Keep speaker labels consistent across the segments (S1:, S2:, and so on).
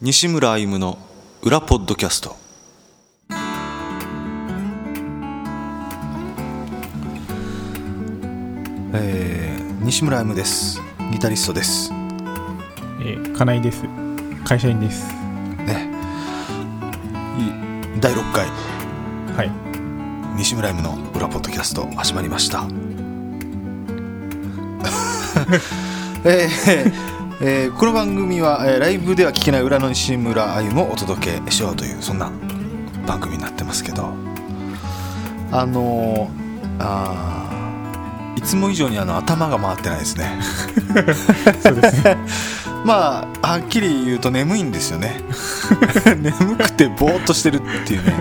S1: 西村歩夢の裏ポッドキャストえー、西村歩夢ですギタリストですね
S2: えー、金井です会社員です
S1: い第6回
S2: はい
S1: 西村歩夢の裏ポッドキャスト始まりました えーえーこの番組は、えーライブでは聞けない裏の西村歩夢をお届けしようというそんな番組になってますけどあのーあーいつも以上にあの頭が回ってないですね
S2: そうですね
S1: まあはっきり言うと眠いんですよ ね眠くてぼーっとしてるっていうね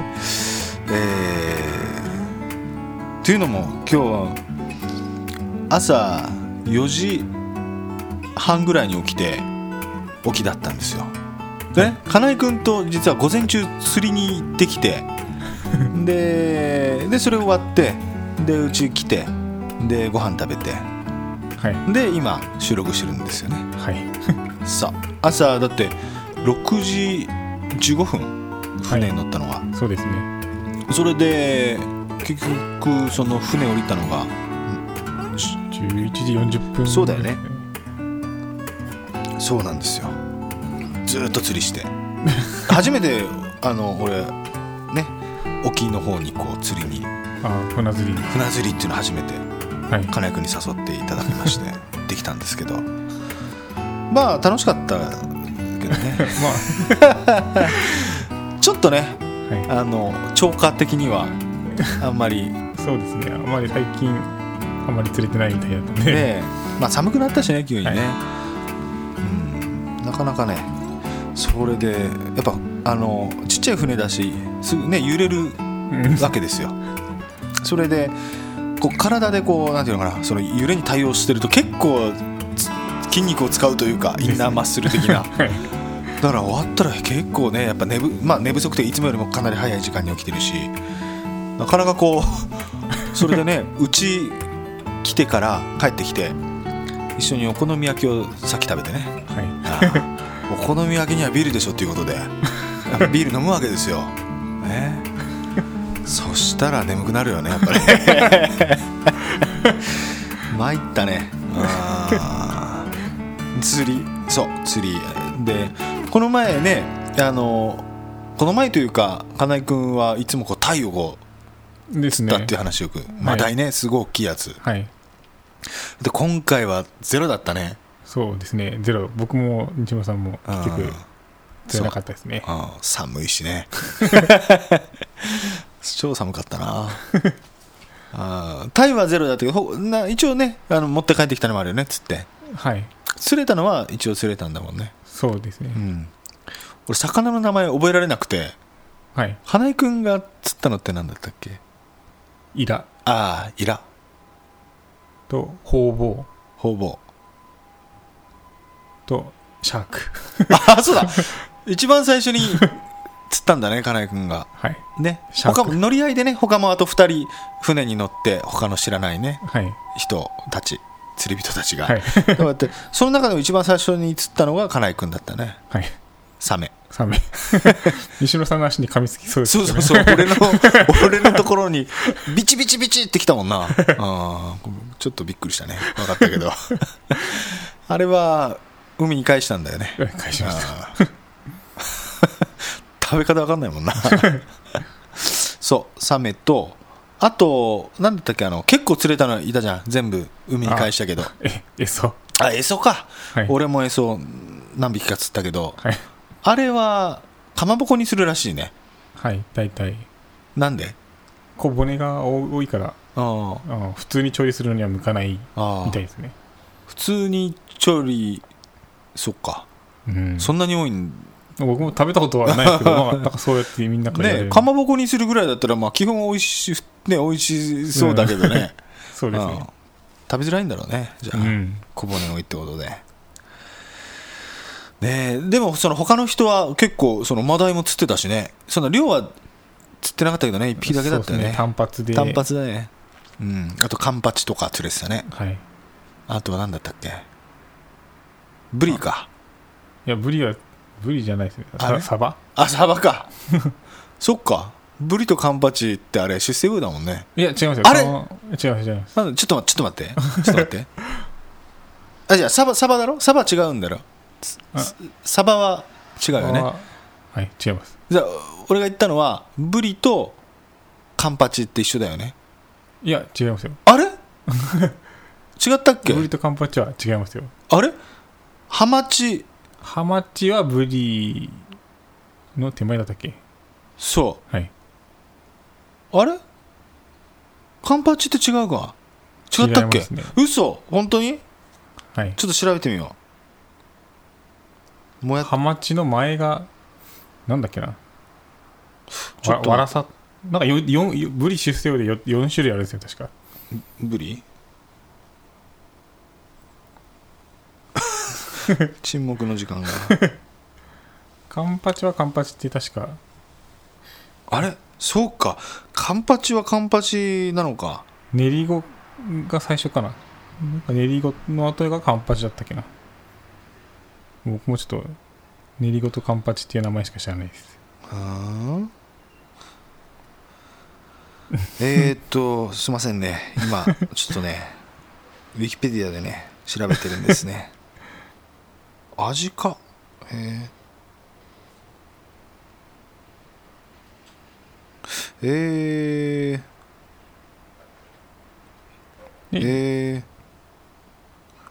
S1: えーというのも今日は朝4時半ぐらいに起きて起きだったんですよでね金井君と実は午前中釣りに行ってきてででそれ終わってでうち来てでご飯食べて
S2: はい
S1: で今収録してるんですよね
S2: はい
S1: さ朝だって6時15分船に乗ったのが、
S2: そうですね
S1: それで結局その船降りたのが
S2: 11時40分
S1: そうだよねそうなんですよずーっと釣りして初めて あの俺ね沖の方にこう釣りに
S2: あー船釣り
S1: 船釣りっていうの初めて
S2: はい
S1: 金井君に誘っていただきま してできたんですけどまあ楽しかったけど ね
S2: ま
S1: ちょっとね
S2: あは
S1: あの超過的にはあんまり
S2: いそうですねあまり最近あまり釣れてないみたいだったんで、
S1: ねまあ寒くなったしね急にね、
S2: はい
S1: うんなかなかねそれでやっぱあのちっちゃい船だしすぐね揺れる
S2: うん
S1: わけですよそれでこう体でこうなんていうのかなその揺れに対応してると結構つ筋肉を使うというかインナーマッスル的な、
S2: はい
S1: だから終わったら結構ねやっぱ寝ぶ、まあ、寝不足でいつもよりもかなり早い時間に起きてるしなかなかこう それでねうち来てから帰ってきて一緒にお好み焼きをさっき食べてね
S2: は
S1: ああお好み焼きにはビールでしょっていう ことでやっぱビール飲むわけですよ、ね、そしたら眠くなるよねやっぱり 参ったねああ釣りそう釣りでこの前ねあのこの前というか金井君はいつもこうタイをこ
S2: いです
S1: う
S2: ね
S1: だっていう話をよく、マダイねすごい大きいやつ
S2: はい
S1: で今回はゼロだったね
S2: そうですねゼロ僕も西村さんも結
S1: う
S2: 局
S1: ん
S2: 釣れなかったですね
S1: うん寒いしね 超寒かったなあータイはゼロだったけどほな一応ねあの持って帰ってきたのもあるよねっつって
S2: はい
S1: 釣れたのは一応釣れたんだもんね
S2: そうですね、
S1: うん俺魚の名前覚えられなくて
S2: はい
S1: 花井くんが釣ったのって何だったっけ
S2: イラ
S1: ああイラ
S2: とホウボ
S1: ほぼ
S2: ウとシャーク
S1: ああそうだ一番最初に釣ったんだね金井くんが
S2: はい
S1: ね
S2: シャー
S1: 他
S2: ク
S1: も乗り合いでね他もあと2人船に乗って他の知らないね
S2: はい
S1: 人たち釣り人たちが、
S2: はい
S1: こうやってその中でも一番最初に釣ったのが金井君だったね
S2: はい
S1: サメ
S2: サメ 西野さんの足に噛みつきそうです
S1: そ
S2: よ
S1: う
S2: ね
S1: そうそう俺の俺のところにビチビチビチってきたもんなあーちょっとびっくりしたね分かったけどあれは海に返したんだよね
S2: うん返しました
S1: あー食べ方わかんないもんなそうサメとあと何だったっけあの結構釣れたのいたじゃん全部海に返したけど
S2: ええそう
S1: あエソか、
S2: はい
S1: 俺もエソ何匹か釣ったけど
S2: はい
S1: あれはかまぼこにするらしいね
S2: はい大体
S1: なんで
S2: 小骨が多いから
S1: あ
S2: あの普通に調理するのには向かない
S1: あ
S2: みたいですね
S1: 普通に調理そっか、
S2: うん
S1: そんなに多いん
S2: 僕も食べたことはないけ ど、まあ、なんかそうやってみんなからやれ
S1: ね
S2: る
S1: かまぼこにするぐらいだったらまあ基本美味しい、ね、美味しそうだけどね、
S2: そうです
S1: うん
S2: ね
S1: 食べづらいんだろうねじゃ
S2: う
S1: あ、
S2: ん
S1: 小骨多いってことでねえでもその他の人は結構そのマダイも釣ってたしねその量は釣ってなかったけどね1匹だけだったよ
S2: そうです
S1: ね
S2: 単発で
S1: 単発だねうんあとカンパチとか釣れてたね
S2: はいい
S1: あとは何だったっけブリか
S2: やブリはブリじゃないですね
S1: あれ
S2: ササバ
S1: あサバか そっかブリとカンパチってあれ出世魚だもんね
S2: いや違いますよ
S1: あれ
S2: この違います違います
S1: なんだちょっと待ちょっと待ってちょっと待って あじゃあサバサバだろサバ違うんだろす
S2: あ
S1: すサバは違うよね
S2: はい違います
S1: じゃあ俺が言ったのはブリとカンパチって一緒だよね
S2: いや違いますよ
S1: あれ違ったっけ
S2: ブリとカンパチは違いますよ
S1: あれハマチ
S2: ハマチはブリの手前だったっけ
S1: そ
S2: はい。
S1: うあれカンパチって違うか違ったっ
S2: 違い
S1: け、
S2: ますね
S1: 嘘本当に
S2: はい。
S1: ちょっと調べてみようもや
S2: ハマチの前が、なんだっけな。
S1: ちょ
S2: わ
S1: っと
S2: わらさ、なんかよよよブリ出世魚でよ4種類あるんですよ、確か。
S1: ブ リ沈黙の時間が
S2: カンパチはカンパチって確か、
S1: あれそうかカンパチはカンパチなのか
S2: 練り子が最初かな。なんか練り子の後がカンパチだったっけな。僕もちょっと、練り子とカンパチっていう名前しか知らないです。
S1: うーんえーっとすいませんね今ちょっとねウィキペディアでね調べてるんですね味かえー、えーえ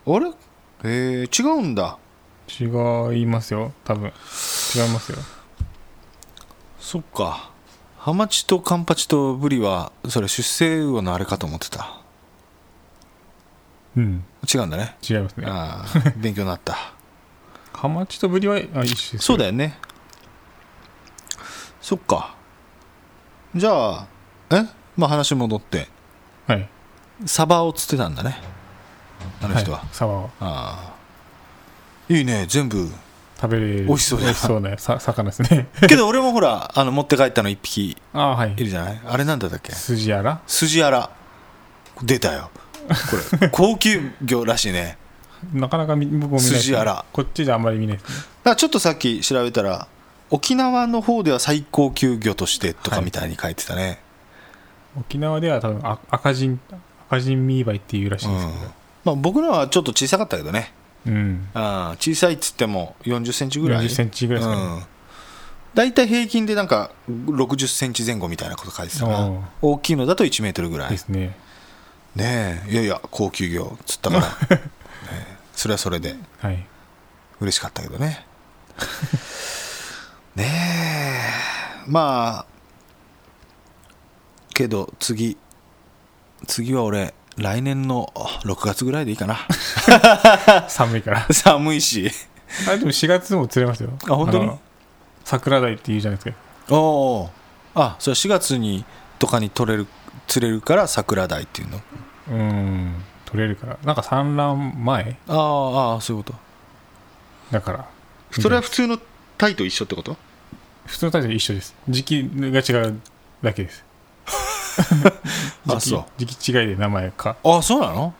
S1: ー、あれえー、違うんだ
S2: 違いますよ、多分。違いますよ。
S1: そっかハマチとカンパチとブリはそれ出世魚のあれかと思ってた
S2: うん、
S1: 違うんだね
S2: 違いますね。
S1: あ あ勉強になった
S2: ハマチとブリはあ一緒です
S1: そう
S2: よ
S1: だよねそっかじゃあえまあ話戻って
S2: はい
S1: サバを釣ってたんだねあの人は、
S2: い、サバは
S1: ああいいね全 部
S2: 食べれる
S1: 美味しそうだ
S2: 美味しそうなさ魚ですね
S1: けど俺もほらあの持って帰ったの1匹
S2: ああはい
S1: いるじゃない あれなんだったっけ
S2: 筋やら
S1: 筋あら出たよこ れ高級魚らしいね
S2: なかなかみ僕も見ないですね
S1: 筋あら
S2: こっちじゃあんまり見ないですね
S1: だからちょっとさっき調べたら沖縄の方では最高級魚としてとかみたいに書いてたね、
S2: 沖縄では多分あ赤人赤人ミーバイっていうらしいんです
S1: まあ、僕らはちょっと小さかったけどね
S2: けどうん
S1: ああ小さいっつっても4 0ンチぐらい
S2: 40センチぐらいですかね
S1: うん大体平均でなんか6 0ンチ前後みたいなこと書いてた
S2: おう
S1: な大きいのだと1メートルぐらい
S2: ですね
S1: ねえいやいや高級魚っつったから、 ねえそれはそれで
S2: はい
S1: 嬉しかったけどね ねえまあけど次次は俺来年の6月ぐらいでいいかな
S2: 寒いから
S1: 寒いし
S2: あでも4月も釣れますよ
S1: あ本当に
S2: の桜鯛っていうじゃないですか
S1: おおあそれ4月にとかに取れる釣れるから桜鯛っていうの
S2: うん取れるからなんか産卵前
S1: ああああそういうこ
S2: だから
S1: とそれは普通の鯛と一緒ってこと
S2: 普通のタイトル一緒です時期が違うだけです
S1: あ
S2: 時期
S1: そ
S2: 時期違いで名前か
S1: ああそうなの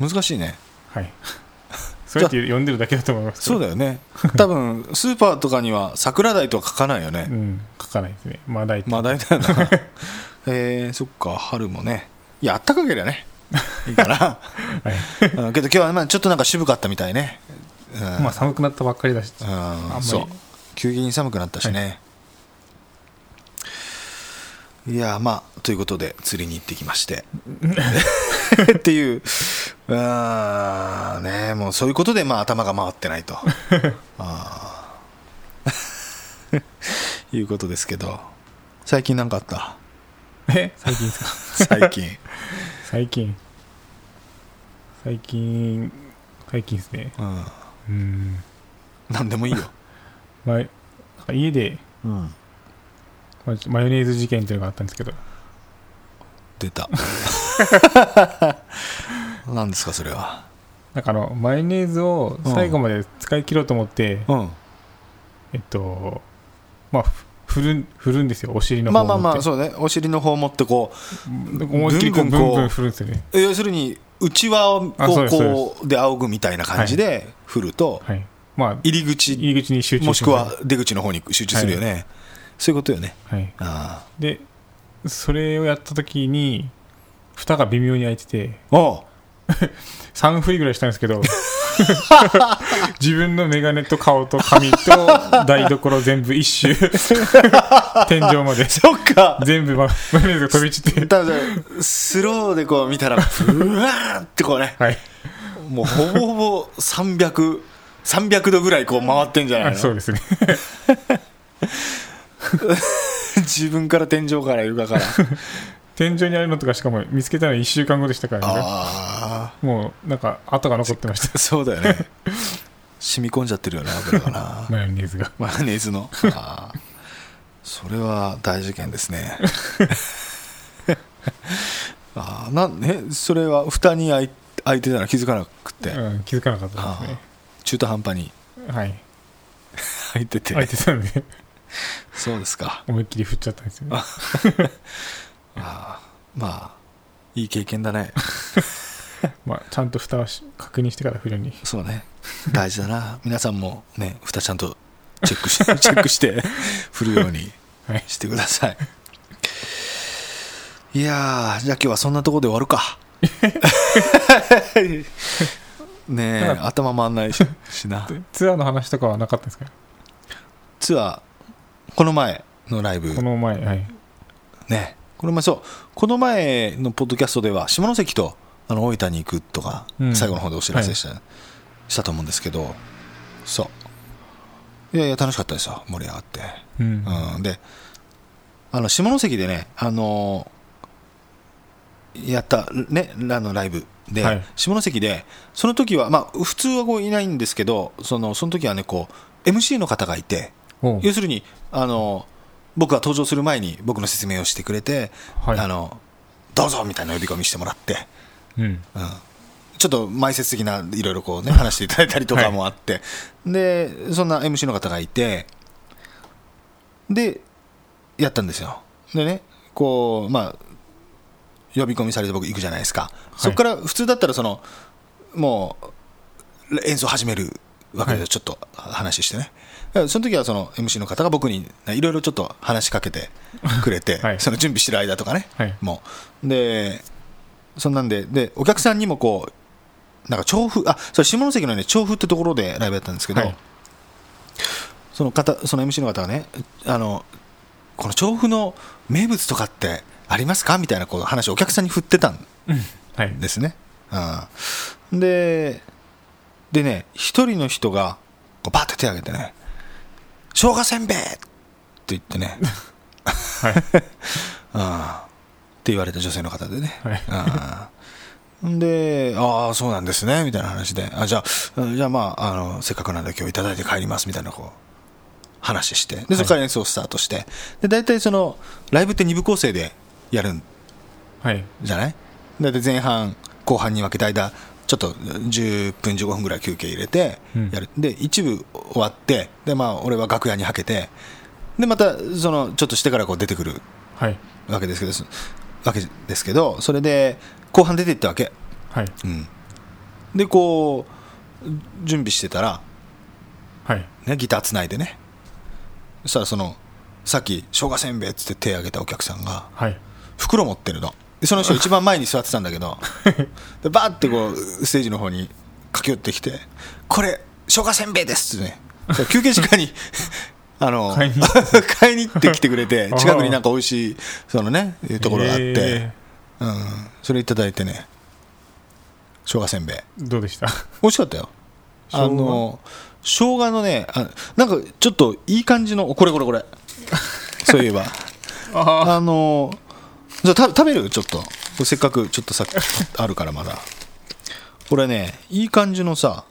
S1: 難しいね
S2: はい そうやって呼んでるだけだと思います
S1: そう
S2: だ
S1: だよね 多分スーパーとかには桜鯛とは書かないよね
S2: うん書かないですねマダイって
S1: まあ大体だな えー、そっか春もねいやあったかけりゃねいいか な、うんけど今日はまあちょっとなんか渋かったみたいね、うん
S2: まあ寒くなったばっかりだし
S1: うん
S2: まり
S1: そう急激に寒くなったしね、い、やまあということで釣りに行ってきまして っていうあーねもうそういうことでまあ頭が回ってない とあー いうことですけど最近何かあった
S2: え最近ですか
S1: 最 近
S2: 最近最近最近ですね
S1: うん
S2: うん
S1: 何でもいいよ、
S2: まあなんか家でまあマヨネーズ事件っていうのがあったんですけど
S1: 出た 何ですかそれは
S2: なんかあのマヨネーズを最後まで使い切ろうと思って、
S1: うん
S2: えっと、まあ、ふ振るん振るんですよ、お尻の方
S1: まあまあまあ
S2: う
S1: そうねお尻の方持ってこう
S2: 思いっきりこう
S1: ブン
S2: ブン
S1: ブンこう
S2: ブン振るんですよね。
S1: 要するにうちわを
S2: あそうです
S1: こうで仰ぐみたいな感じで振ると
S2: はい、まあ、
S1: 入り口
S2: 入り口に集中
S1: もしく
S2: し
S1: は出口の方に集中するよね、そういうことよね
S2: ます、はい、
S1: あ
S2: でそれをやった時に蓋が微妙に開いてて
S1: あおう
S2: 3振りぐらいしたんですけど 自分のメガネと顔と髪と台所全部 一周天井まで
S1: そっか
S2: 全部ママヨネーズが飛び散って
S1: ただスローでこう見たらブワーってこうね
S2: はい
S1: もうほぼほぼ300300度ぐらいこう回ってんじゃない
S2: あそう
S1: の
S2: ですね
S1: 自分から天井から床から
S2: 天井にあるのとかしかも見つけたのは1週間後でしたからね
S1: あ
S2: もうなんか跡が残ってました
S1: あそうだよね 染み込んじゃってるよな油がな
S2: マヨネーズが
S1: マヨネーズのあーそれは大事件です ねあーなんえそれは蓋に開い開いてたら気づかなくて、あ
S2: うん、気づかなかったで
S1: あ中途半端に
S2: すねはい
S1: 開いてて
S2: 開いてたんで
S1: そうですか
S2: 思いっきり振っちゃったんですよね
S1: あーまあいい経験だね
S2: まあちゃんと蓋をし確認してから振るに
S1: そう ね大事だな皆さんもね蓋ちゃんとチェックして チェック して振るように
S2: はい
S1: してください、い、やーじゃあ今日はそんなとこで終わる かねえ
S2: なんか
S1: 頭回んないしし な
S2: でツアーの話とかはなかったんですか
S1: ツアーこの前のライブ
S2: この前はい
S1: ねこの前そうこの前のポッドキャストでは下関とあの大分に行くとか、
S2: うん
S1: 最後の方でお知らせした,、したと思うんですけどそういやいや楽しかったですよ盛り上がって、
S2: うん
S1: うん、であの下関でねあのーやったねあのライブで、
S2: はい
S1: 下関でその時はまあ普通はこういないんですけどそのその時はねこう MC の方がいて
S2: おう
S1: 要するにあの僕が登場する前に僕の説明をしてくれて、
S2: はい
S1: あのどうぞみたいな呼び込みしてもらって、
S2: うん
S1: うんちょっと前説的ないろいろこうね話していただいたりとかもあって、でそんな MC の方がいてでやったんですよでねこうまあ呼び込みされて僕行くじゃないですか、そこから普通だったらそのもう演奏始めるわけで
S2: はい
S1: ちょっと話してね、その時はその MC の方が僕にいろいろちょっと話しかけてくれて、
S2: はい
S1: その準備してる間とかね、
S2: はい
S1: もうでそんなんででお客さんにもこうなんか調布あそれ下関のね調布ってところでライブやったんですけど、
S2: はい
S1: その方その MC の方がねあのこの調布の名物とかってありますかみたいなこう話をお客さんに振ってたん
S2: はい
S1: ですね。うん、ででね一人の人がこうバッて手を挙げてね「生姜せんべい!」って言ってね、
S2: はい
S1: うん、って言われた女性の方でね。
S2: はい
S1: うんで、ああ、そうなんですね、みたいな話で、あじゃあ、うんじゃあまあ、あの、せっかくなんで今日いただいて帰ります、みたいな、こう、話して、で、そこから演奏スタートして、で、大体その、ライブって2部構成でやるん
S2: はい
S1: じゃないだって前半後半に分けた間ちょっと10分15分ぐらい休憩入れて
S2: うん
S1: やる、で一部終わってでまあ俺は楽屋にはけてでまたそのちょっとしてからこう出てくる
S2: はい
S1: わけですけどそわけですけどそれで後半出ていったわけ、
S2: はい
S1: うん、でこう準備してたら、
S2: はい
S1: ね、ギターつないでねそしたらそのさっき生姜せんべいっつって手挙げたお客さんが
S2: はい
S1: 袋持ってるのでその人一番前に座ってたんだけ どでバーってこうステージの方に駆け寄ってきて「これ生姜せんべいです」っ てねで休憩時間にあの
S2: 買いに
S1: 買いに行ってきてくれて
S2: あー
S1: 近くになんか美味しいそのねいうところがあって、
S2: え
S1: うん、それいただいてね生姜せんべい
S2: ーどうでした
S1: 美味しかったよ
S2: 生姜
S1: あの生姜のねあなんかちょっといい感じのこれこれ これそういえば
S2: あ
S1: あのーじゃあた食べるちょっとこれせっかくちょっとさ あるからまだこれねいい感じのさ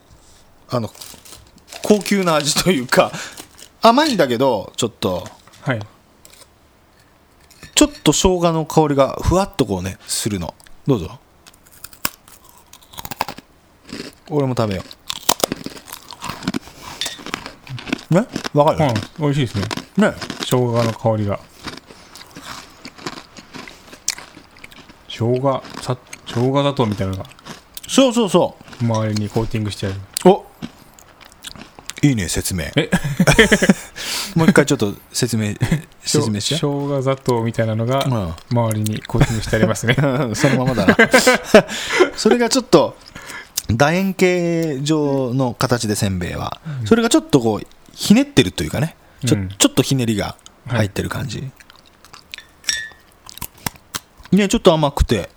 S1: あの高級な味というか甘いんだけどちょっと
S2: はい
S1: ちょっと生姜の香りがふわっとこうねするのどうぞ俺も食べようねわかる、
S2: うん美味しいですね
S1: ね
S2: 生姜の香りが生姜さ生姜砂糖みたいなのが
S1: そうそうそう
S2: 周りにコーティングしてある
S1: おいいね説明
S2: え
S1: もう一回ちょっと説 明説明 しち
S2: 生
S1: ゃ
S2: 姜砂糖みたいなのが
S1: う、うん
S2: 周りにコーティングしてあり ますね
S1: うんそのままだなそれがちょっと楕円形状の形でせんべいは、それがちょっとこうひねってるというかねちょ,、
S2: うん
S1: ちょっとひねりが入ってる感じ、ねちょっと甘くて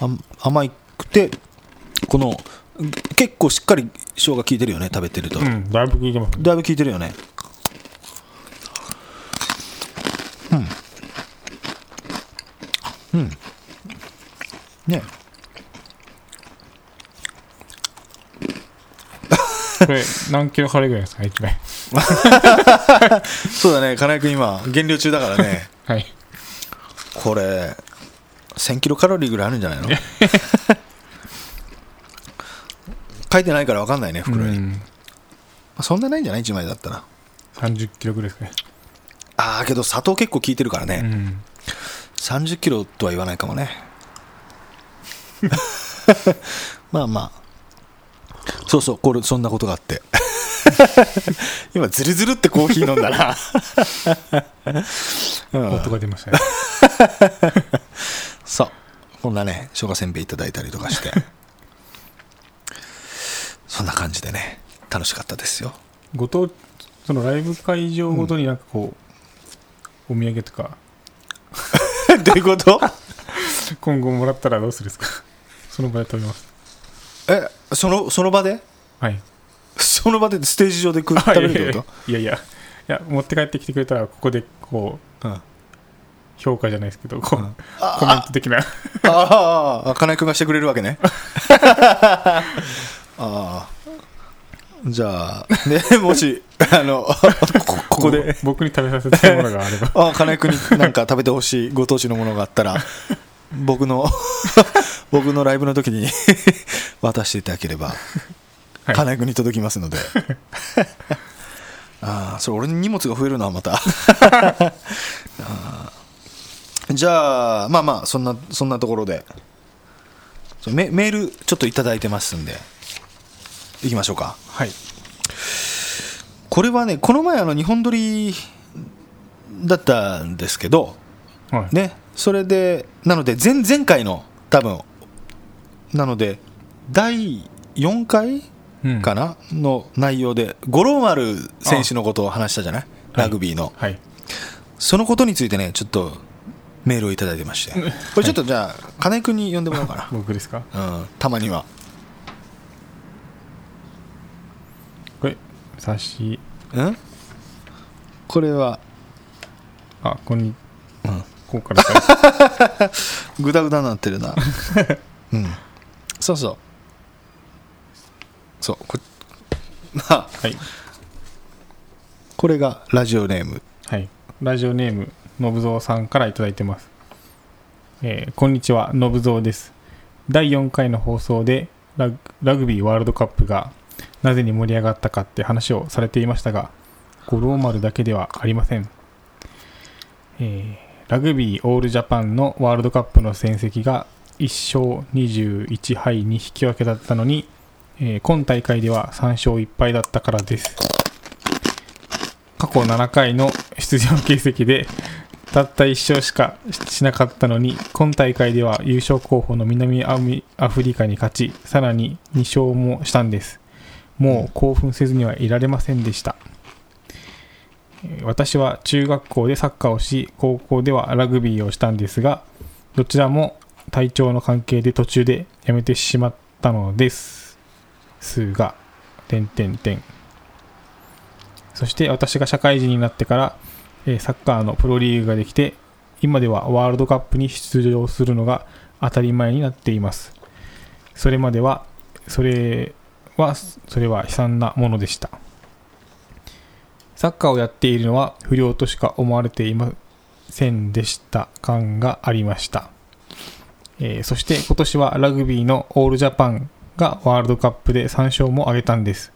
S1: あん甘くてこの結構しっかり生姜効いてるよね食べてると、
S2: うんだいぶ効いてます
S1: だいぶ効いてるよねうんうんね
S2: これ何キロカロリーぐらいですか一枚
S1: そうだね金井君今減量中だから ね
S2: はい
S1: これ1000キロカロリーぐらいあるんじゃない の書いてないから分かんないね
S2: う
S1: 袋に、ま
S2: ん
S1: あそんなないんじゃない1枚だったら
S2: 30キロぐらいですかね
S1: ああけど砂糖結構効いてるからね、
S2: うん
S1: 30キロとは言わないかも ねまあまあそうそうこれそんなことがあって 今ズルズルってコーヒー飲んだな、 うん
S2: 音が出ましたね
S1: そうこんなね生姜せんべいいただいたりとかして そんな感じでね楽しかったですよ
S2: ご当そのライブ会場ごとになんかこう、お土産とか
S1: どういうこと
S2: 今後もらったらどうするんですか その場で食べます
S1: えそのその場で
S2: はい
S1: その場でステージ上で食う食べるってこ
S2: いやいやいやいや持って帰ってきてくれたらここでこう
S1: と、うん、あ
S2: 評価じゃないですけどこう、
S1: うん
S2: コメント的な
S1: ああ、金井君がしてくれるわけね。ああ。じゃあ、ね、もし、あの、こここで、
S2: 僕僕に食べさせたいものがあれ ば
S1: あ金井君になんか食べてほしいご当地のものがあったら、僕の、 僕のライブの時に 渡していただければ、
S2: はい
S1: 金井君に届きますので。ああ、それ俺に荷物が増えるな、また。ああじゃあ、まあまあ、そんな、そんなところで。そうメメールちょっといただいてますんでいきましょうか
S2: はい
S1: これはねこの前あの日本撮りだったんですけど
S2: はい、
S1: ねそれでなので前前回の多分なので第4回
S2: うん
S1: かな、の内容で五郎丸選手のことを話したじゃない
S2: はい
S1: ラグビーの、
S2: はい
S1: そのことについてねちょっとメールをいただいてましてこれちょっとじゃあ金井君に呼んでもらおうかな
S2: 僕ですか
S1: うん、たまには。
S2: これ差し
S1: うんこれは、
S2: あここに
S1: うん、
S2: こうからか
S1: ぐだぐだになってる な。うん。そうそう。そう、こ あ
S2: はい
S1: これがラジオネーム。
S2: はい。ラジオネーム、のぶぞうさんからいただいてます。えーこんにちは、のぶぞうです。第4回の放送でラグ、ラグビーワールドカップが、なぜに盛り上がったかって話をされていましたが、五郎丸だけではありません。えーラグビーオールジャパンのワールドカップの戦績が1勝21敗に引き分けだったのに、えー今大会では3勝1敗だったからです。過去7回の出場形跡でたった1勝しかしなかったのに今大会では優勝候補の南アミアフリカに勝ちさらに2勝もしたんですもう興奮せずにはいられませんでしたえー私は中学校でサッカーをし高校ではラグビーをしたんですがどちらも体調の関係で途中でやめてしまったのですすが点点点そして私が社会人になってから、えーサッカーのプロリーグができて、今ではワールドカップに出場するのが当たり前になっています。それまでは、それは、それは悲惨なものでした。サッカーをやっているのは不良としか思われていませんでした感がありました。えーそして今年はラグビーのオールジャパンがワールドカップで3勝も挙げたんです。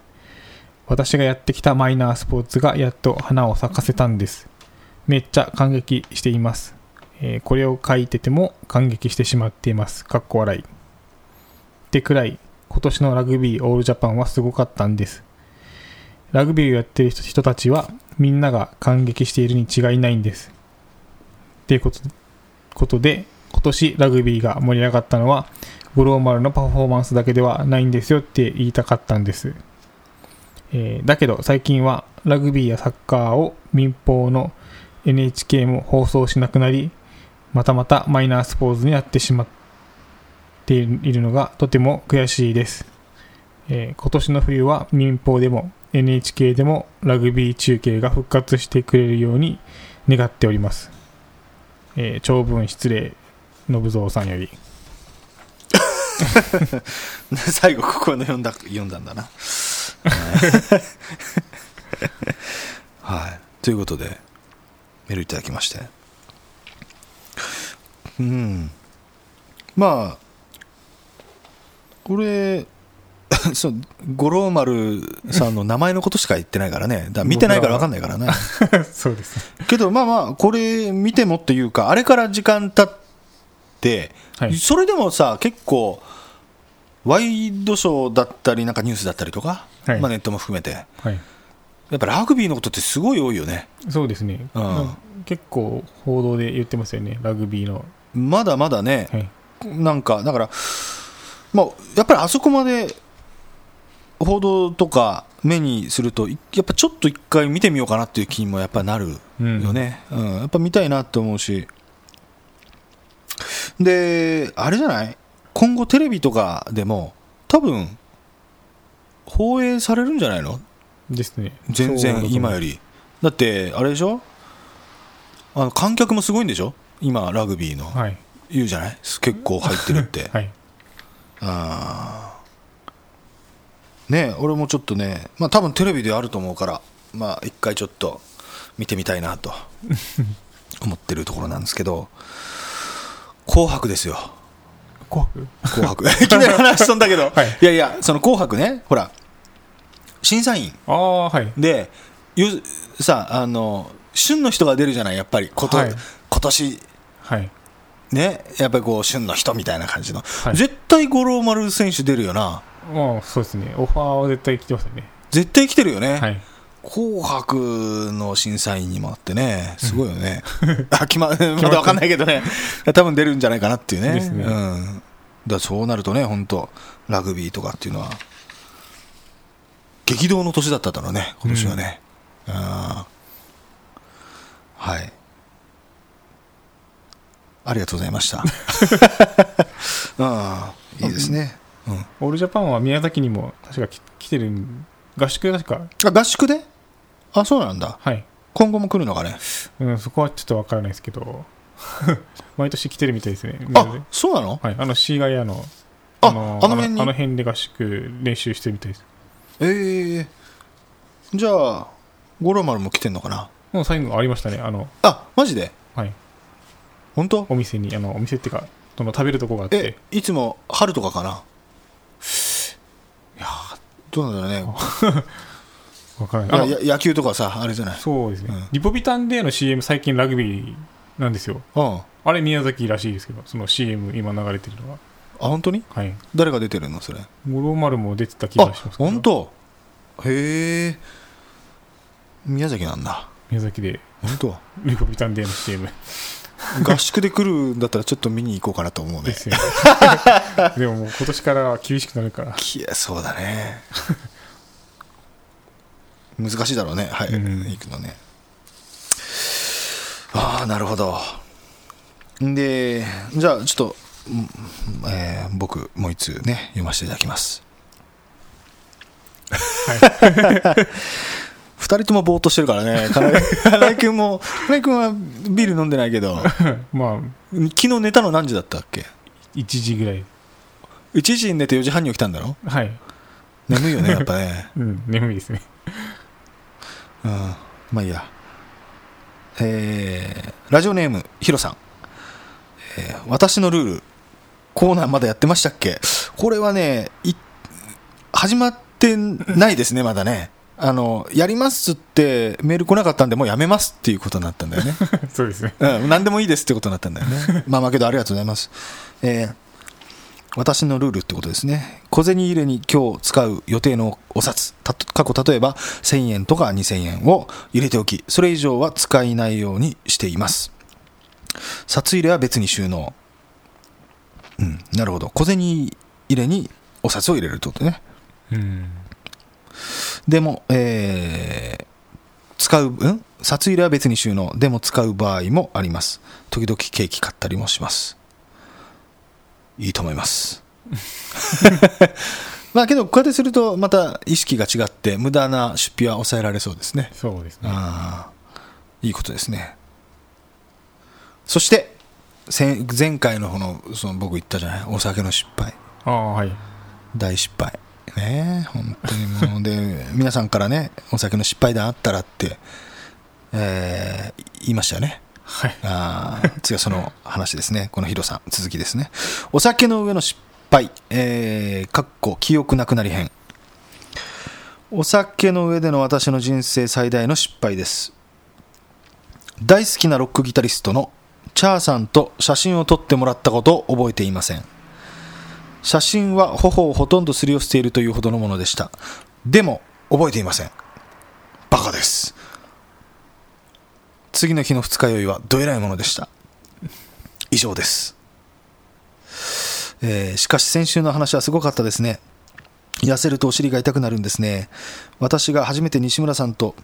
S2: 私がやってきたマイナースポーツがやっと花を咲かせたんです。めっちゃ感激しています。えーこれを書いてても感激してしまっています。かっこ笑い。ってくらい、今年のラグビーオールジャパンはすごかったんです。ラグビーをやってる人人たちはみんなが感激しているに違いないんです。っていうことことで今年ラグビーが盛り上がったのは五郎丸のパフォーマンスだけではないんですよって言いたかったんです。えーだけど最近はラグビーやサッカーを民放の NHK も放送しなくなりまたまたマイナースポーツになってしまっているのがとても悔しいです、えー今年の冬は民放でも NHK でもラグビー中継が復活してくれるように願っております、えー長文失礼信蔵さんより
S1: 最後ここの読んだ読んだんだなはいということでメールいただきましてうんまあこれ そう五郎丸さんの名前のことしか言ってないからねだから見てないから分かんないからな
S2: そうです
S1: けどまあまあこれ見てもっていうかあれから時間経って、
S2: はい
S1: それでもさ結構ワイドショーだったりなんかニュースだったりとか、
S2: はい
S1: まあ、ネットも含めてや
S2: はい
S1: っぱラグビーのことってすごい多いよね
S2: そうですね、
S1: うん
S2: なんか結構報道で言ってますよねラグビーの
S1: まだまだね、
S2: はい
S1: なんかだから、まあ、やっぱりあそこまで報道とか目にするといやっぱちょっと一回見てみようかなっていう気にもやっぱなる
S2: うん
S1: よね、うんやっぱ見たいなと思うしであれじゃない今後テレビとかでも多分放映されるんじゃないの
S2: ですね
S1: 全
S2: そうだと思
S1: 然
S2: う
S1: 今よりだってあれでしょあの観客もすごいんでしょ今ラグビーの
S2: はい
S1: 言うじゃない結構入ってるって、
S2: はい
S1: あーね俺もちょっとねまあ多分テレビであると思うからまあ一回ちょっと見てみたい なと思ってるところなんですけど「紅白」ですよ
S2: 紅白
S1: 「紅白」いきなり話しとんだけど、
S2: はい
S1: い、やいやその「紅白ね」ほら審査員
S2: ああはい
S1: でよさあの旬の人が出るじゃないやっぱりこと、
S2: はい
S1: 今年
S2: はい
S1: ねやっぱりこう旬の人みたいな感じの、
S2: い
S1: 絶対五郎丸選手出るよな
S2: まあそうですねオファーは絶対来てますよね
S1: 絶対来てるよね、
S2: はい
S1: 紅白の審査員にもあってね、すごいよ ね。あ決ままだ分かんないけどね、多分出るんじゃないかなっていうね、
S2: ですね
S1: うん、だそうなるとね、本当、ラグビーとかっていうのは、激動の年だっただろうね、今年はね。あーはいありがとうございま した。あーいいですね。うん、
S2: オールジャパンは宮崎にも確かき来てるん合宿確か
S1: あ合宿であ、そうなんだ。
S2: はい、
S1: 今後も来るのかね。
S2: うん、そこはちょっとわからないですけど 毎年来てるみたいですね宮崎
S1: あ、そうなの
S2: はい、あのシーガイアの
S1: あ
S2: の
S1: あの辺に
S2: あの辺で合宿練習してるみたいです
S1: ええじゃあ五郎丸も来てんのかな
S2: もう最後ありましたねあの、
S1: あマジで
S2: はい、
S1: 本当
S2: お店にあのお店っていうかその食べるとこがあって
S1: えいつも春とかかないやーどうなんだろうね
S2: わから
S1: あ
S2: な
S1: の
S2: い あの
S1: や野球とかさあれじゃない
S2: そうですね、
S1: うん
S2: リポビタン D の CM 最近ラグビーなんですよ
S1: うんあ
S2: あれ宮崎らしいですけどその CM 今流れてるのは
S1: 本当に
S2: はい
S1: 誰が出てるのそれあ
S2: 五郎丸も出てた気がしますけど
S1: 本当へえ宮崎なんだ
S2: 宮崎で
S1: 本当
S2: リポビタン D の CM
S1: 合宿で来るんだったらちょっと見に行こうかなと思う
S2: で
S1: ね
S2: すよ、ね、 でももう今年からは厳しくなるから、
S1: いやそうだね 難しいだろうねはい、
S2: うん
S1: 行くのねああなるほどんでじゃあちょっと、うんえー僕もう一通ね読ませていただきます
S2: は
S1: 2人ともぼーっとしてるからね 金井金井君も金井君はビール飲んでないけど
S2: い、まあ
S1: 昨日寝たの何時だったっけ
S2: 1時ぐらい
S1: 1時に寝て4時半に起きたんだろ
S2: はい、
S1: 眠いよねやっぱね
S2: うん、眠いですね
S1: うんまあいいや。えーラジオネーム、ヒロさん。えー私のルール、コーナーまだやってましたっけこれはね、い始まってないですね、まだね。あの、やりますってメール来なかったんで、もうやめますっていうことになったんだよね。
S2: そうですね
S1: うん、何でもいいですってことになったんだよね。まあまあけど、ありがとうございます。えー私のルールってことですね小銭入れに今日使う予定のお札たと過去例えば1000円とか2000円を入れておきそれ以上は使いないようにしています札入れは別に収納うんなるほど小銭入れにお札を入れるってことね
S2: うん
S1: でも、えー使う、うん札入れは別に収納。でも使う場合もあります。時々ケーキ買ったりもします。いいと思います。まあけど、こうやってすると、また意識が違って、無駄な出費は抑えられそうですね。
S2: そうですね
S1: ああ、いいことですね。そして、前前回のこの、その僕言ったじゃない、お酒の失敗。
S2: ああはい
S1: 大失敗ねえ本当にもうで 皆さんからねお酒の失敗談あったらって、えー言いましたよね
S2: はい
S1: あー次はその話ですねこのヒロさん続きですねお酒の上の失敗えーかっこ記憶なくなり編お酒の上での私の人生最大の失敗です大好きなロックギタリストのチャーさんと写真を撮ってもらったことを覚えていません写真は頬をほとんどすり寄せているというほどのものでしたでも覚えていませんバカです次の日の二日酔いはどえらいものでした以上です、えーしかし先週の話はすごかったですね痩せるとお尻が痛くなるんですね私が初めて西村さんと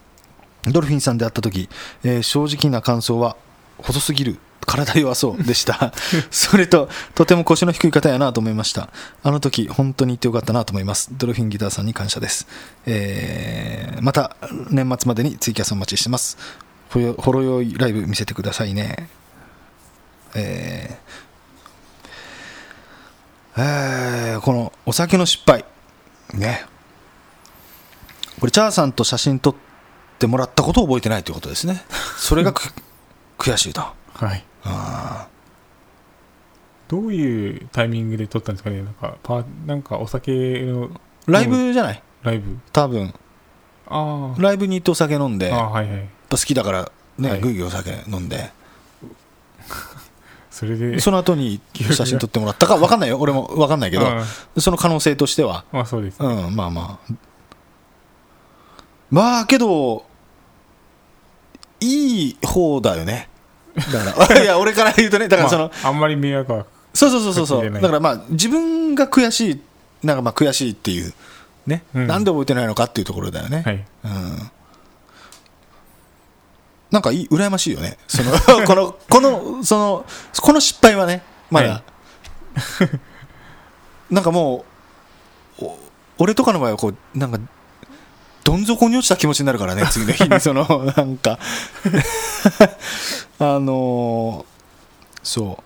S1: ドルフィンさんで会った時、えー正直な感想は細すぎる体弱そうでしたそれととても腰の低い方やなと思いましたあの時本当に行ってよかったなと思いますドルフィンギターさんに感謝です、えーまた年末までにツイキャスお待ちしてますほよほろ酔いライブ見せてくださいねえーえーこのお酒の失敗ねこれチャーさんと写真撮ってもらったことを覚えてないということですねそれがく悔しいと
S2: はいどういうタイミングで撮ったんですかねなんかパーなんかお酒の
S1: ライブじゃない
S2: ライブ
S1: 多分
S2: あ
S1: ライブに行ってお酒飲んで
S2: ああ
S1: やっ
S2: あはいはい
S1: ぱ好きだから
S2: は
S1: ね
S2: い
S1: グイグイお酒飲んで
S2: それで
S1: その後に写真撮ってもらったか分かんないよ俺も分かんないけど
S2: あ
S1: その可能性としては
S2: あまあそうです
S1: うんまあまあまあけどいい方だよねだからいや俺から言うとねだからその、
S2: まあ、あんまり迷惑は
S1: そうそうそうそうそ
S2: 書き入れ
S1: う
S2: な
S1: だ
S2: い
S1: からまあ自分が悔しいなんかまあ悔しいっていうね、
S2: うん
S1: なんで覚えてないのかっていうところだよね、
S2: はい
S1: うんなんかいい羨ましいよねその このこのそのこの失敗はねまだ、
S2: は
S1: なんかもうお俺とかの場合はこうなんかどん底に落ちた気持ちになるからね次の日にそのなんか あのーそ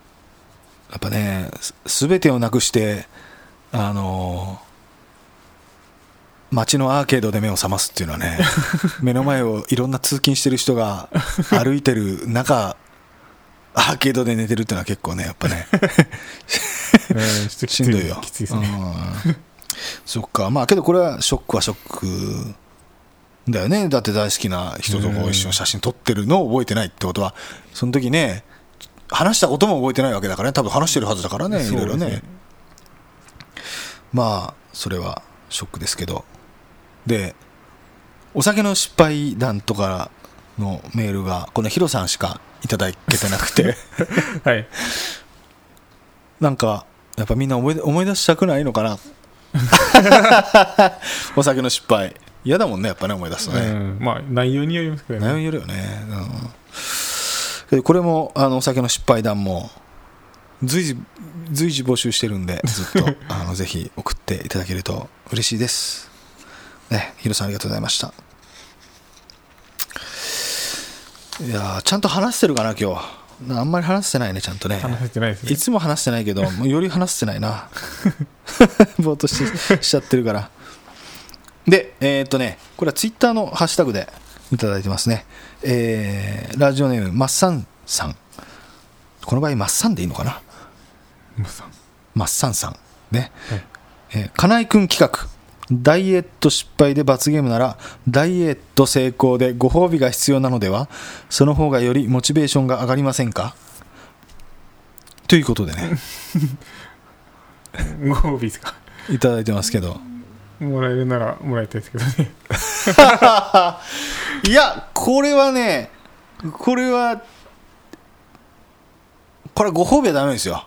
S1: うやっぱねす全てをなくしてあのー街のアーケードで目を覚ますっていうのはね目の前をいろんな通勤してる人が歩いてる中アーケードで寝てるっていうのは結構ねやっぱね
S2: うんちょっ ときつ
S1: しんどいよ
S2: きついですね、
S1: うんそっかまあけどこれはショックはショックだよねだって大好きな人とこう一緒に写真撮ってるのを覚えてないってことはその時ね話したことも覚えてないわけだからね多分話してるはずだからねい
S2: そう
S1: ろい
S2: で
S1: ろ
S2: す
S1: ねまあそれはショックですけどでお酒の失敗談とかのメールがこのヒロさんしかいただけてなくて
S2: はい
S1: なんかやっぱみんな思い出思い出したくないのかなお酒の失敗嫌だもんねやっぱね思い出すとね、
S2: うん、まあ内容によりますけど
S1: 悩
S2: ね
S1: みよるよね、うん、でこれもあのお酒の失敗談も随時随時募集してるんでずっとあのぜひ送っていただけると嬉しいですねヒロさんありがとうございましたいやーちゃんと話してるかな今日なあんまり話してないねちゃんとね
S2: 話せてないですね
S1: いつも話してないけど、もうより話してないな。ぼーっとししちゃってるから。で、えーっとね、これはツイッターのハッシュタグでいただいてますね。えーラジオネーム、マッサンさん。この場合、マッサンでいいのかな
S2: もうさ
S1: マッサンさん。ね。えー金井くん企画。ダイエット失敗で罰ゲームなら、ダイエット成功でご褒美が必要なのではその方がよりモチベーションが上がりませんかということでね。
S2: ご褒美ですか
S1: いただいてますけど
S2: もらえるならもらいたいですけどね
S1: いやこれはねこれはこれはご褒美はダメです よ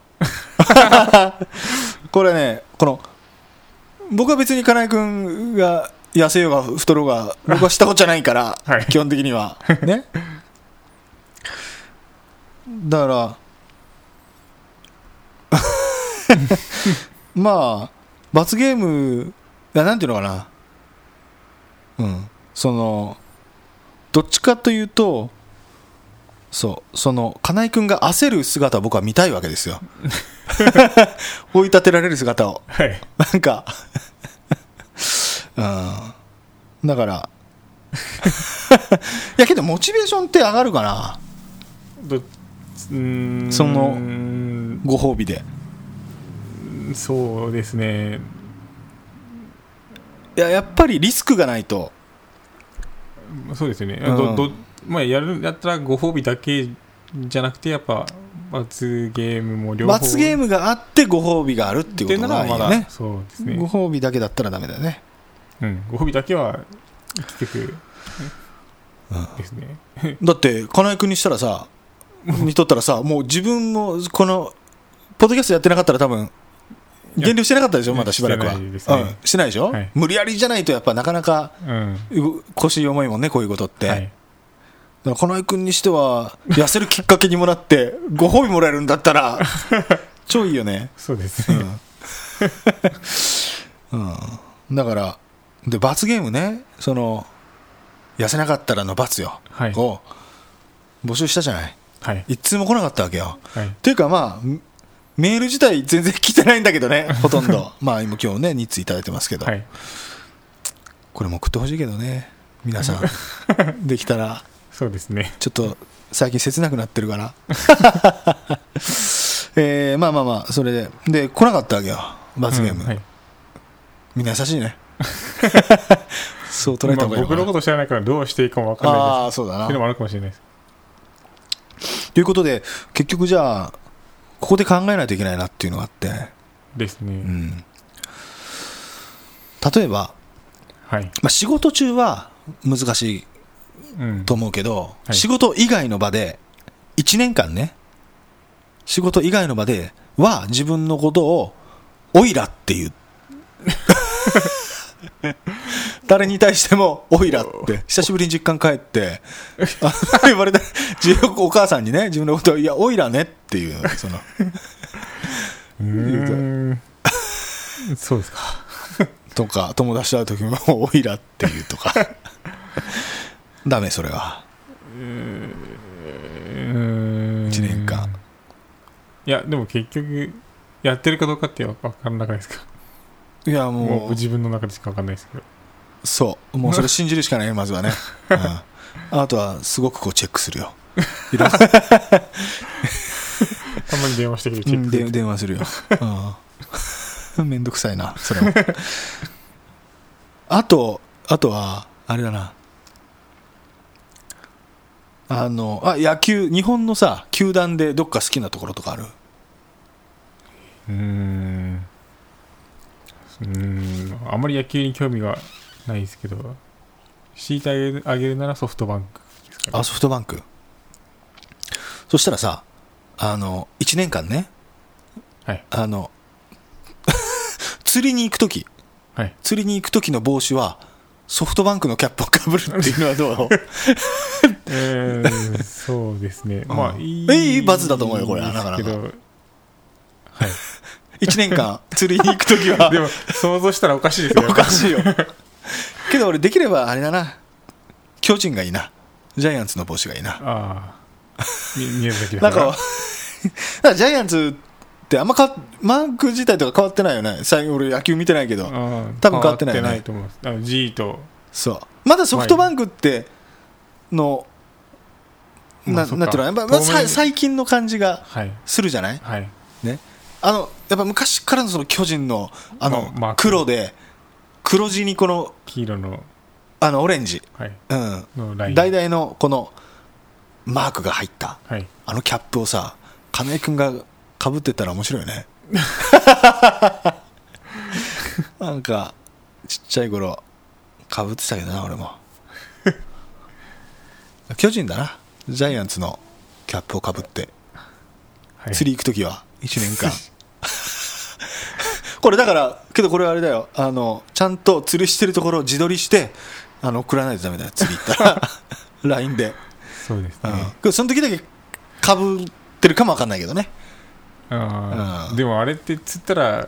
S1: これねこの僕は別に金井君が痩せようが太ろう が僕はしたことじゃないから、
S2: はい
S1: 基本的にはねだから まあ罰ゲームいやなんていうのかなうんそのどっちかというとそうその金井君が焦る姿を僕は見たいわけです よ追い立てられる姿を
S2: はい
S1: なんか うんだから いやけどモチベーションって上がるかな
S2: どうーん
S1: その
S2: の
S1: ご褒美で
S2: そうですね
S1: いややっぱりリスクがないと
S2: そうですよね、
S1: うん
S2: どどまあ、やるやったらご褒美だけじゃなくてやっぱ罰ゲームも両方
S1: 罰ゲームがあってご褒美があるっていうことが
S2: ない
S1: い
S2: らま
S1: よ
S2: だ
S1: ね
S2: そうです
S1: ご
S2: ね、
S1: 褒美だけだったらダメだよね
S2: うん、ご褒美だけは結局ですね
S1: だって金井君にしたらさにとったらさもう自分もこのポッドキャストやってなかったら多分
S2: いや
S1: 減量してなかったでしょまだしばらくは
S2: してないですね
S1: うん、してないでしょ、
S2: はい
S1: 無理やりじゃないとやっぱなかなか
S2: うん
S1: う腰重いもんねこういうことって、
S2: はい
S1: だから金井君にしては痩せるきっかけにもなってご褒美もらえるんだった ら超いいよね
S2: そうです
S1: う
S2: ね、
S1: ん、うん、だからで罰ゲームねその痩せなかったらの罰よ、
S2: はい
S1: を募集したじゃない
S2: はい
S1: 一通も来なかったわけよ
S2: はい
S1: というかまあんメール自体全然来てないんだけど ねほとんどまあ今今日ね2通いただいてますけど、
S2: はい
S1: これも送ってほしいけどね皆さ んできたら
S2: そうですね
S1: ちょっと最近切なくなってるから えーまあまあまあそれでで来なかったわけよ罰ゲーム、
S2: うんはい
S1: みんな優しい ねそう捉え
S2: ま
S1: た
S2: あ
S1: 方がいいの
S2: 僕
S1: かな、
S2: のこと知らないからどうしていいかも分かんない
S1: ああそうだ
S2: です
S1: な
S2: っていうのもあるかもしれないです
S1: ということで結局じゃあここで考えないといけないなっていうのがあって、
S2: ですね、
S1: うん、例えば
S2: はい、
S1: まあ、仕事中は難しい
S2: うん
S1: と、思うけど、
S2: はい
S1: 仕事以外の場で1年間ね仕事以外の場では自分のことを「オイラ」って いう誰に対しても「オイラ」って久しぶりに実感帰ってあ言われた自分お母さんにね自分のことを「いやオイラね」っていうその
S2: うーんそうですか
S1: とか友達と会う時も「オイラ」っていうと かダメそれは
S2: 1
S1: 1年間
S2: いやでも結局やってるかどうかって分からなくないですか
S1: いや
S2: も
S1: も
S2: う
S1: う
S2: 自分の中でしか分かんないですけど
S1: そう、もうそれ信じるしかないね、まずはね。うん、あとは、すごくこうチェックするよ。いろんな
S2: たまに電話してくるチェック
S1: で電話するよ。うん めんどくさいな、それも。あと、あとは、あれだな。あの、あ、野球、日本のさ、球団でどっか好きなところとかある
S2: うーんうーんあまり野球に興味がないですけど強いてあげるあげるならソフトバンクですかね
S1: あ、ソフトバンク。そしたらさ、あの、1年間ね、
S2: はい
S1: あの、 釣りに行くとき、
S2: はい
S1: 釣りに行く時の帽子はソフトバンクのキャップをかぶるっていうのはど う
S2: えー、そうですねまあ
S1: うん
S2: い
S1: いい罰だと思うよこれ
S2: です
S1: なかなか
S2: けどはい
S1: 1年間釣りに行く時は
S2: でも想像したらおかしい ですよ
S1: おかしいよけど俺できればあれだな巨人がいいなジャイアンツの帽子がいいな
S2: ああみ宮崎だ
S1: なん
S2: から
S1: かなんかジャイアンツってあんまかマーク自体とか変わってないよね最近俺野球見てないけど多
S2: 多
S1: 分変わってないよね
S2: と思いますあの G と
S1: そうまだソフトバンクっての、
S2: ま
S1: な
S2: あそっか
S1: なんていうのやっぱ、まあ、
S2: 当
S1: さ
S2: 面
S1: 最近の感じが
S2: はい
S1: するじゃない
S2: はい
S1: ね、あのやっぱ昔からのその巨人のあの
S2: まマーク
S1: 黒で黒地にこの
S2: 黄色の
S1: あのオレンジ、
S2: はい
S1: うん、
S2: のライン
S1: 大々のこのマークが入った
S2: はい
S1: あのキャップをさ亀井君がかぶってたら面白いよねなんかちっちゃい頃かぶってたけどな俺も巨人だなジャイアンツのキャップをかぶって
S2: はい、
S1: 釣り行く時は1年間これだからけどこれはあれだよあのちゃんと釣りしてるところを自撮りしてあの送らないとダメだよ釣り行ったら LINE で、
S2: そうです
S1: うん
S2: ね、
S1: けどその時だけかぶってるかもわかんないけどね
S2: あ
S1: う
S2: ー
S1: ん
S2: でもあれって釣ったら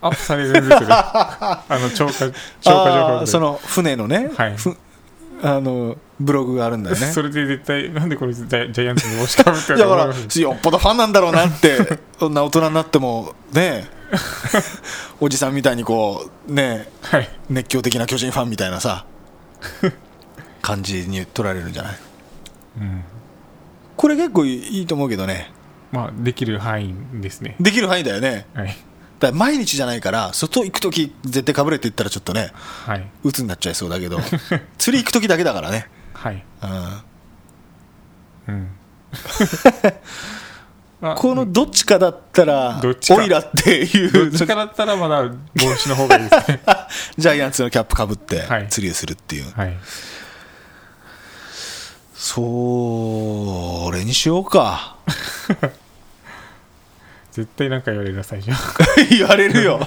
S2: アップされるん ですよねあの超過超過超
S1: あ
S2: 過
S1: ーその船のね、
S2: はい
S1: ふあのブログがあるんだよね
S2: それで絶対なんでこれジャイジャイアンツに帽子かぶっ
S1: だ
S2: てるの
S1: か
S2: 思い
S1: ら
S2: ます
S1: よっぽどファンなんだろうなってそんな大人になってもねおじさんみたいにこうね
S2: はい
S1: 熱狂的な巨人ファンみたいなさ感じに取られるんじゃない
S2: うん
S1: これ結構いいと思うけどね
S2: まあできる範囲ですね
S1: できる範囲だよね
S2: はい
S1: だから毎日じゃないから外行く時絶対かぶれていったらちょっとね
S2: はい
S1: 鬱になっちゃいそうだけど釣り行く時だけだからね、
S2: はい
S1: うん、
S2: うん あ
S1: このどっちかだったら
S2: どっちか
S1: オイラって
S2: ど
S1: い
S2: っ
S1: う
S2: ちかだったらまだ帽子の方がいいです ね
S1: ジャイアンツのキャップかぶって
S2: はい
S1: 釣りをするっていう、
S2: はい
S1: それにしようか
S2: 絶対なんか言われるな最初
S1: 言われる よ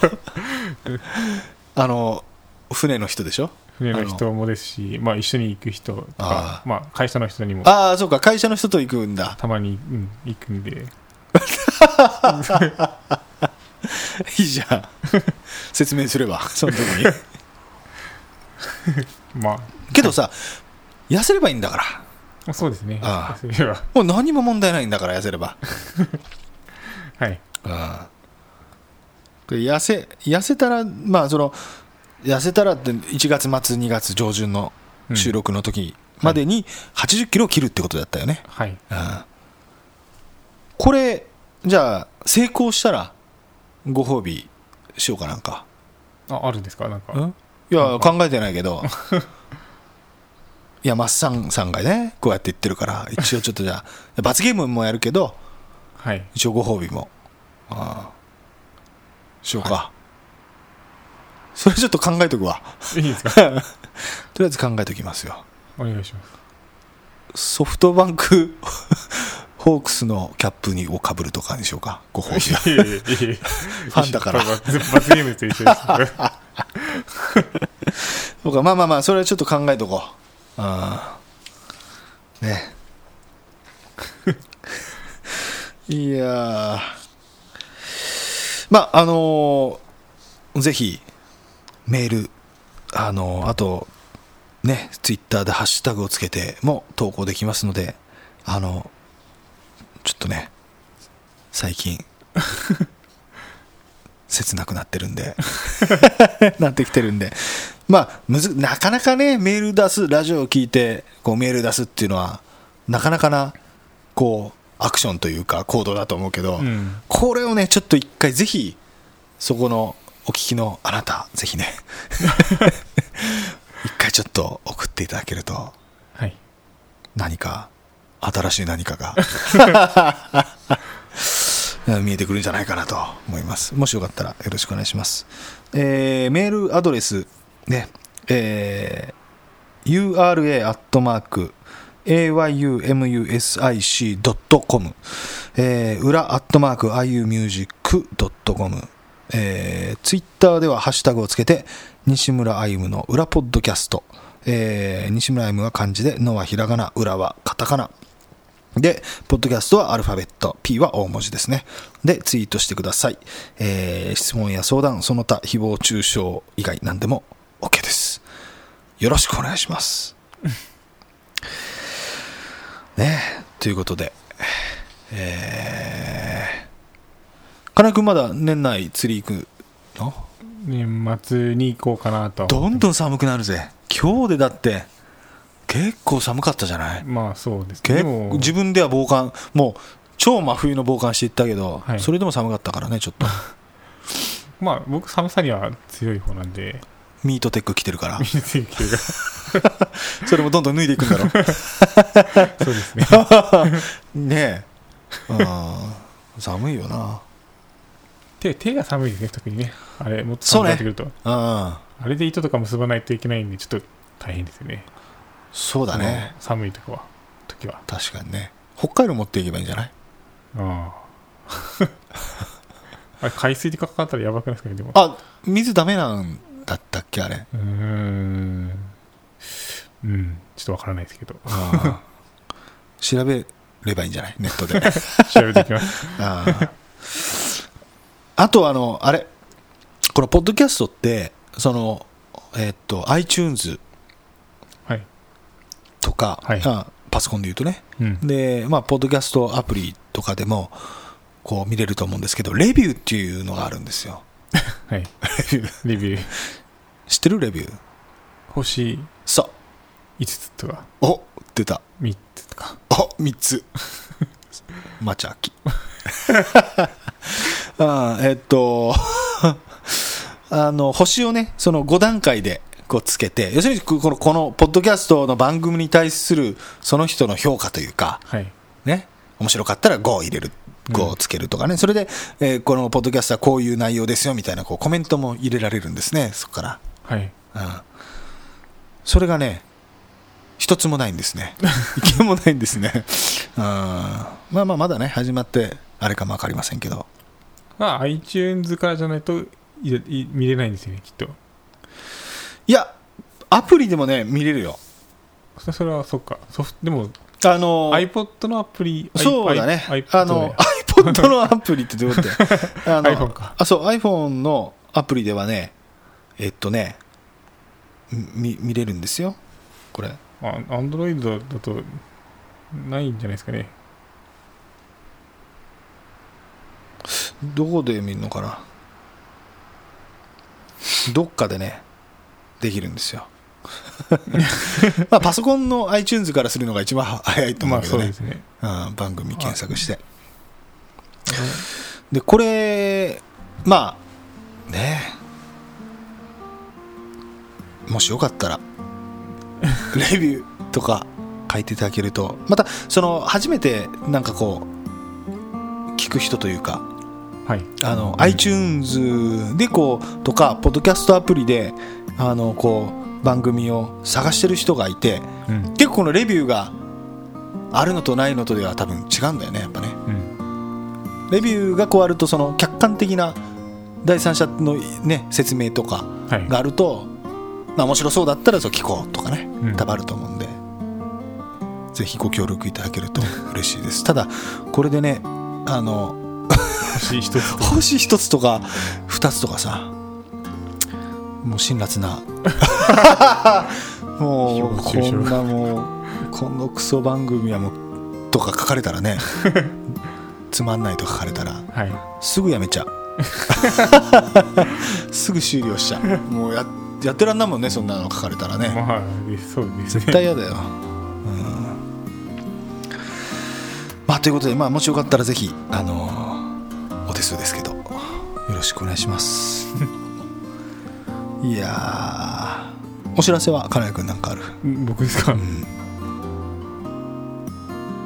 S1: あの船の人でしょ
S2: 船の人もですしまあ一緒に行く人とか
S1: あ
S2: まあ会社の人にも
S1: ああそうか会社の人と行くんだ
S2: たまに、うん、行くんで
S1: いいじゃん 説明すればその時 に
S2: ま
S1: けどさ痩せればいいんだから
S2: あそうですね
S1: ああ
S2: そういえば
S1: もう何も問題ないんだから痩せれば
S2: はい
S1: ああ痩せ痩せたらまあその痩せたらって1月末2月上旬の
S2: うん
S1: 収録の時までに80キロを切るってことだったよね、
S2: はい
S1: ああこれじゃあ成功したらご褒美しようかなんか
S2: ああるんですかなんか
S1: いや考えてないけ どいやマッサンさんがねこうやって言ってるから一応ちょっとじゃあ罰ゲームもやるけど
S2: はい
S1: 一応ご褒美もああしようか、それちょっと考えとくわ
S2: いいですか
S1: とりあえず考えときますよ
S2: お願いします
S1: ソフトバンク ホークスのキャップにをかぶるとかにしようかご褒美は
S2: いえいえいえいえフ
S1: ァンだから
S2: 罰罰ゲームと一緒です は
S1: そうかまあまあまあそれはちょっと考えとこうああね いやーまああのーぜひメールあのーあとねツイッターでハッシュタグをつけても投稿できますのであのちょっとね最近切なくなってるんで なってきてるんでまあむずなかなかねメール出すラジオを聞いてこうメール出すっていうのはなかなかなこうアクションというか行動だと思うけど、
S2: うん
S1: これをねちょっと一回ぜひそこのお聞きのあなたぜひね 一回ちょっと送っていただけると
S2: い
S1: 何か新しい何かが 見えてくるんじゃないかなと思いますもしよかったらよろしくお願いします、えーメールアドレスねえー ura アットマーク ayumusic.com えー裏アットマーク iumusic.com えー、ツイッターではハッシュタグをつけて西村歩夢の裏ポッドキャスト、えー西村歩夢は漢字で「の」はひらがな「裏」はカタカナで、ポッドキャストはアルファベット、P は大文字ですね。で、ツイートしてください。えー質問や相談、その他、誹謗中傷以外何でも OK です。よろしくお願いします。ねえということで、えー、金井君まだ年内釣り行くの
S2: 年末に行こうかなと
S1: どんどん寒くなるぜ。今日でだって、結構寒かったじゃない
S2: まあそうですね
S1: 結
S2: で
S1: 構
S2: も
S1: 自分では防寒もう超真冬の防寒していったけど、
S2: はい
S1: それでも寒かったからねち ょっと
S2: まあ僕寒さには強い方なんで
S1: ミートテック着てるから
S2: 水球 がそ
S1: それもどんどん脱いでいくんだろ
S2: うですね
S1: ねえうん寒いよな
S2: 手手が寒いですね特にねあれもっと
S1: そう
S2: 寒く
S1: ね
S2: なってくる
S1: う
S2: と、
S1: ん
S2: あれで糸とか結ばないといけないんでちょっと大変ですよね
S1: そうだね
S2: あの寒いとこは時は
S1: 確かにね北海道持っていけばいいんじゃない
S2: ああ あれ海水でかかったらやばくないですかねでも
S1: あ水ダメなんだったっけあれ
S2: うーんうんちょっとわからないですけど
S1: 調べればいいんじゃないネットで
S2: 調べてきます
S1: あーあとあのあれこのポッドキャストってそのえっと iTunes
S2: はい
S1: とか、
S2: はい
S1: あパソコンで言うとね
S2: うん
S1: でまあポッドキャストアプリとかでもこう見れると思うんですけどレビューっていうのがあるんですよ
S2: はい レビュー
S1: 知ってるレビュー
S2: 星
S1: さ
S2: 5つとか
S1: お出た
S2: 3つとか
S1: あ三3つマチャキ あーえっと あの星をねその5段階でこうつけて要するにこのこのポッドキャストの番組に対するその人の評価というか
S2: はい
S1: ね面白かったら5を入れる5をつけるとかね、それで、えーこのポッドキャストはこういう内容ですよみたいなこうコメントも入れられるんですねそこから
S2: はい
S1: うんそれがね一つもないんです ね一件もないんですね、うん、まあまあまだね始まってあれかも分かりませんけど
S2: まあ iTunes からじゃないといい見れないんですよねきっと
S1: いやアプリでもね見れるよ
S2: そそれはそっかソフトでも
S1: あの
S2: iPod のアプリ
S1: そうだね
S2: iPod
S1: あの iPod のアプリってどうや ってあの
S2: iPhone か
S1: あそう iPhone のアプリではねえっとねみ見れるんですよこれ
S2: あアンドロイドだとないんじゃないですかね
S1: どこで見るのかなどっかでねできるんです よまあパソコンの iTunes からするのが一番早いと思う
S2: まあ
S1: け
S2: そ
S1: ど
S2: うで
S1: ね、
S2: すね
S1: うん番組検索して
S2: あの
S1: でこれまあねえもしよかったら レビューとか書いていただけるとまたその初めてなんかこう聞く人というか
S2: はい
S1: あの iTunes でこうとかポッドキャストアプリであのこう番組を探してる人がいて
S2: うん
S1: 結構このレビューがあるのとないのとでは多分違うんだよねやっぱね
S2: うん
S1: レビューがこうあるとその客観的な第三者の、ね、説明とか
S2: はい
S1: があると、まあ、面白そうだったらそう聞こうとかね
S2: うん
S1: 多分あると思うんで、ぜひご協力いただけると嬉しいですただこれでねあの
S2: 星一つ
S1: 星一つとか二つとかさもう辛辣なもう
S2: 誹謗中
S1: こ
S2: 傷
S1: んなもうこのクソ番組はもうとか書かれたらねつまんないとか書かれたら
S2: はい
S1: すぐやめちゃうすぐ終了しちゃうもうややってらんないもんねそんなの書かれたらね
S2: まあでそうですね
S1: 絶対嫌だよ、うんまあ、ということで、まあ、もしよかったらぜひ、あのーお手数ですけどよろしくお願いします いやーお知らせは金谷君なんかある
S2: うん僕ですか
S1: うん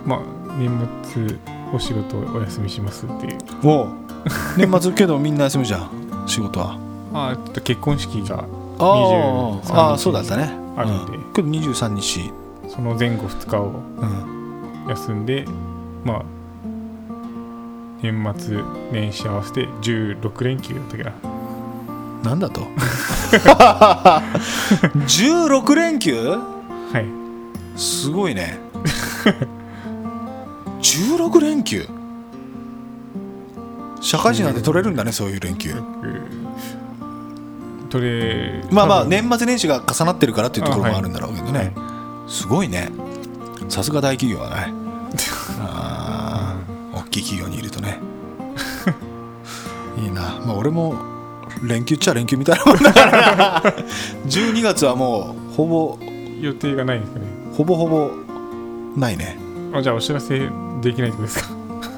S2: まあ年末お仕事お休みしますっていう
S1: おう年末けどみんな休むじゃん仕事は
S2: ああちょっと結婚式が
S1: あ
S2: 23
S1: ーあーそうだったね
S2: あるんで
S1: うんけど23日、
S2: その前後2日を
S1: うん、
S2: 休んでまあ年末年始合わせて16連休だったっけな
S1: なんだと 16連休
S2: はい
S1: すごいね 16連休社会人なんて取れるんだねそういう連休
S2: うん取れ
S1: まあまあ
S2: 多分
S1: 年末年始が重なってるからっていうところもあるんだろうけどね、
S2: は
S1: すごいねさすが大企業は ねあー大きい企業にいるとねいいなまあ俺も連休っちゃ連休みたいなもんだから な12月はもうほぼ
S2: い予定がないんですかね
S1: ほぼほぼないね
S2: あじゃあお知らせできないってことですか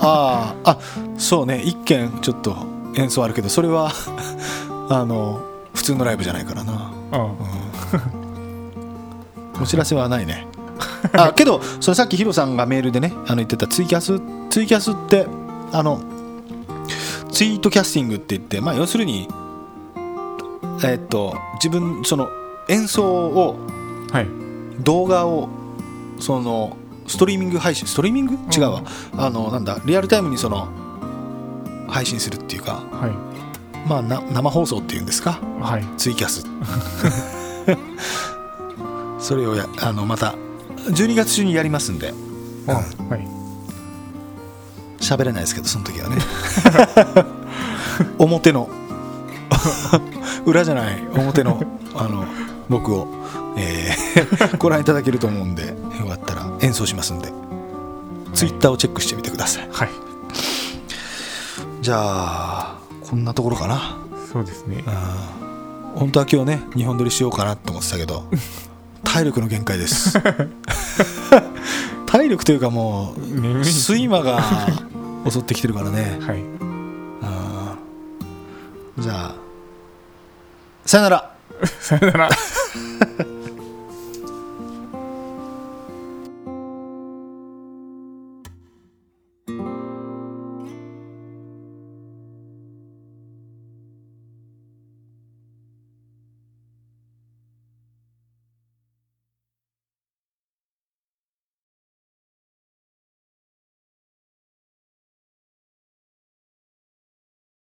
S1: あああそうね一件ちょっと演奏あるけどそれは あの普通のライブじゃないからな、
S2: あ
S1: うんお知らせはない ねあけどそれさっきヒロさんがメールでねあの言ってたツイキャスツイキャスってあのツイートキャスティングって言って、まあ、要するに、えーっと自分その演奏を
S2: はい
S1: 動画をそのストリーミング配信ストリーミング違うわ、あのなんだリアルタイムにその配信するっていうか、
S2: は
S1: まあ、な生放送っていうんですか
S2: いはい
S1: ツイキャス それをやあのまた12月中にやりますんで
S2: はい
S1: 喋れないですけどその時 はね表の裏じゃない表のあの僕を、え ーご覧いただけると思うんでよかったら演奏しますんでツイッターをチェックしてみてください
S2: はい
S1: じゃあこんなところかな
S2: そうですね
S1: うん本当は今日ね日本撮りしようかなって思ってたけど体力の限界です体力というかもう
S2: 眠い
S1: 睡魔が襲ってきてるからね
S2: はい
S1: あーじゃあさよなら
S2: さよなら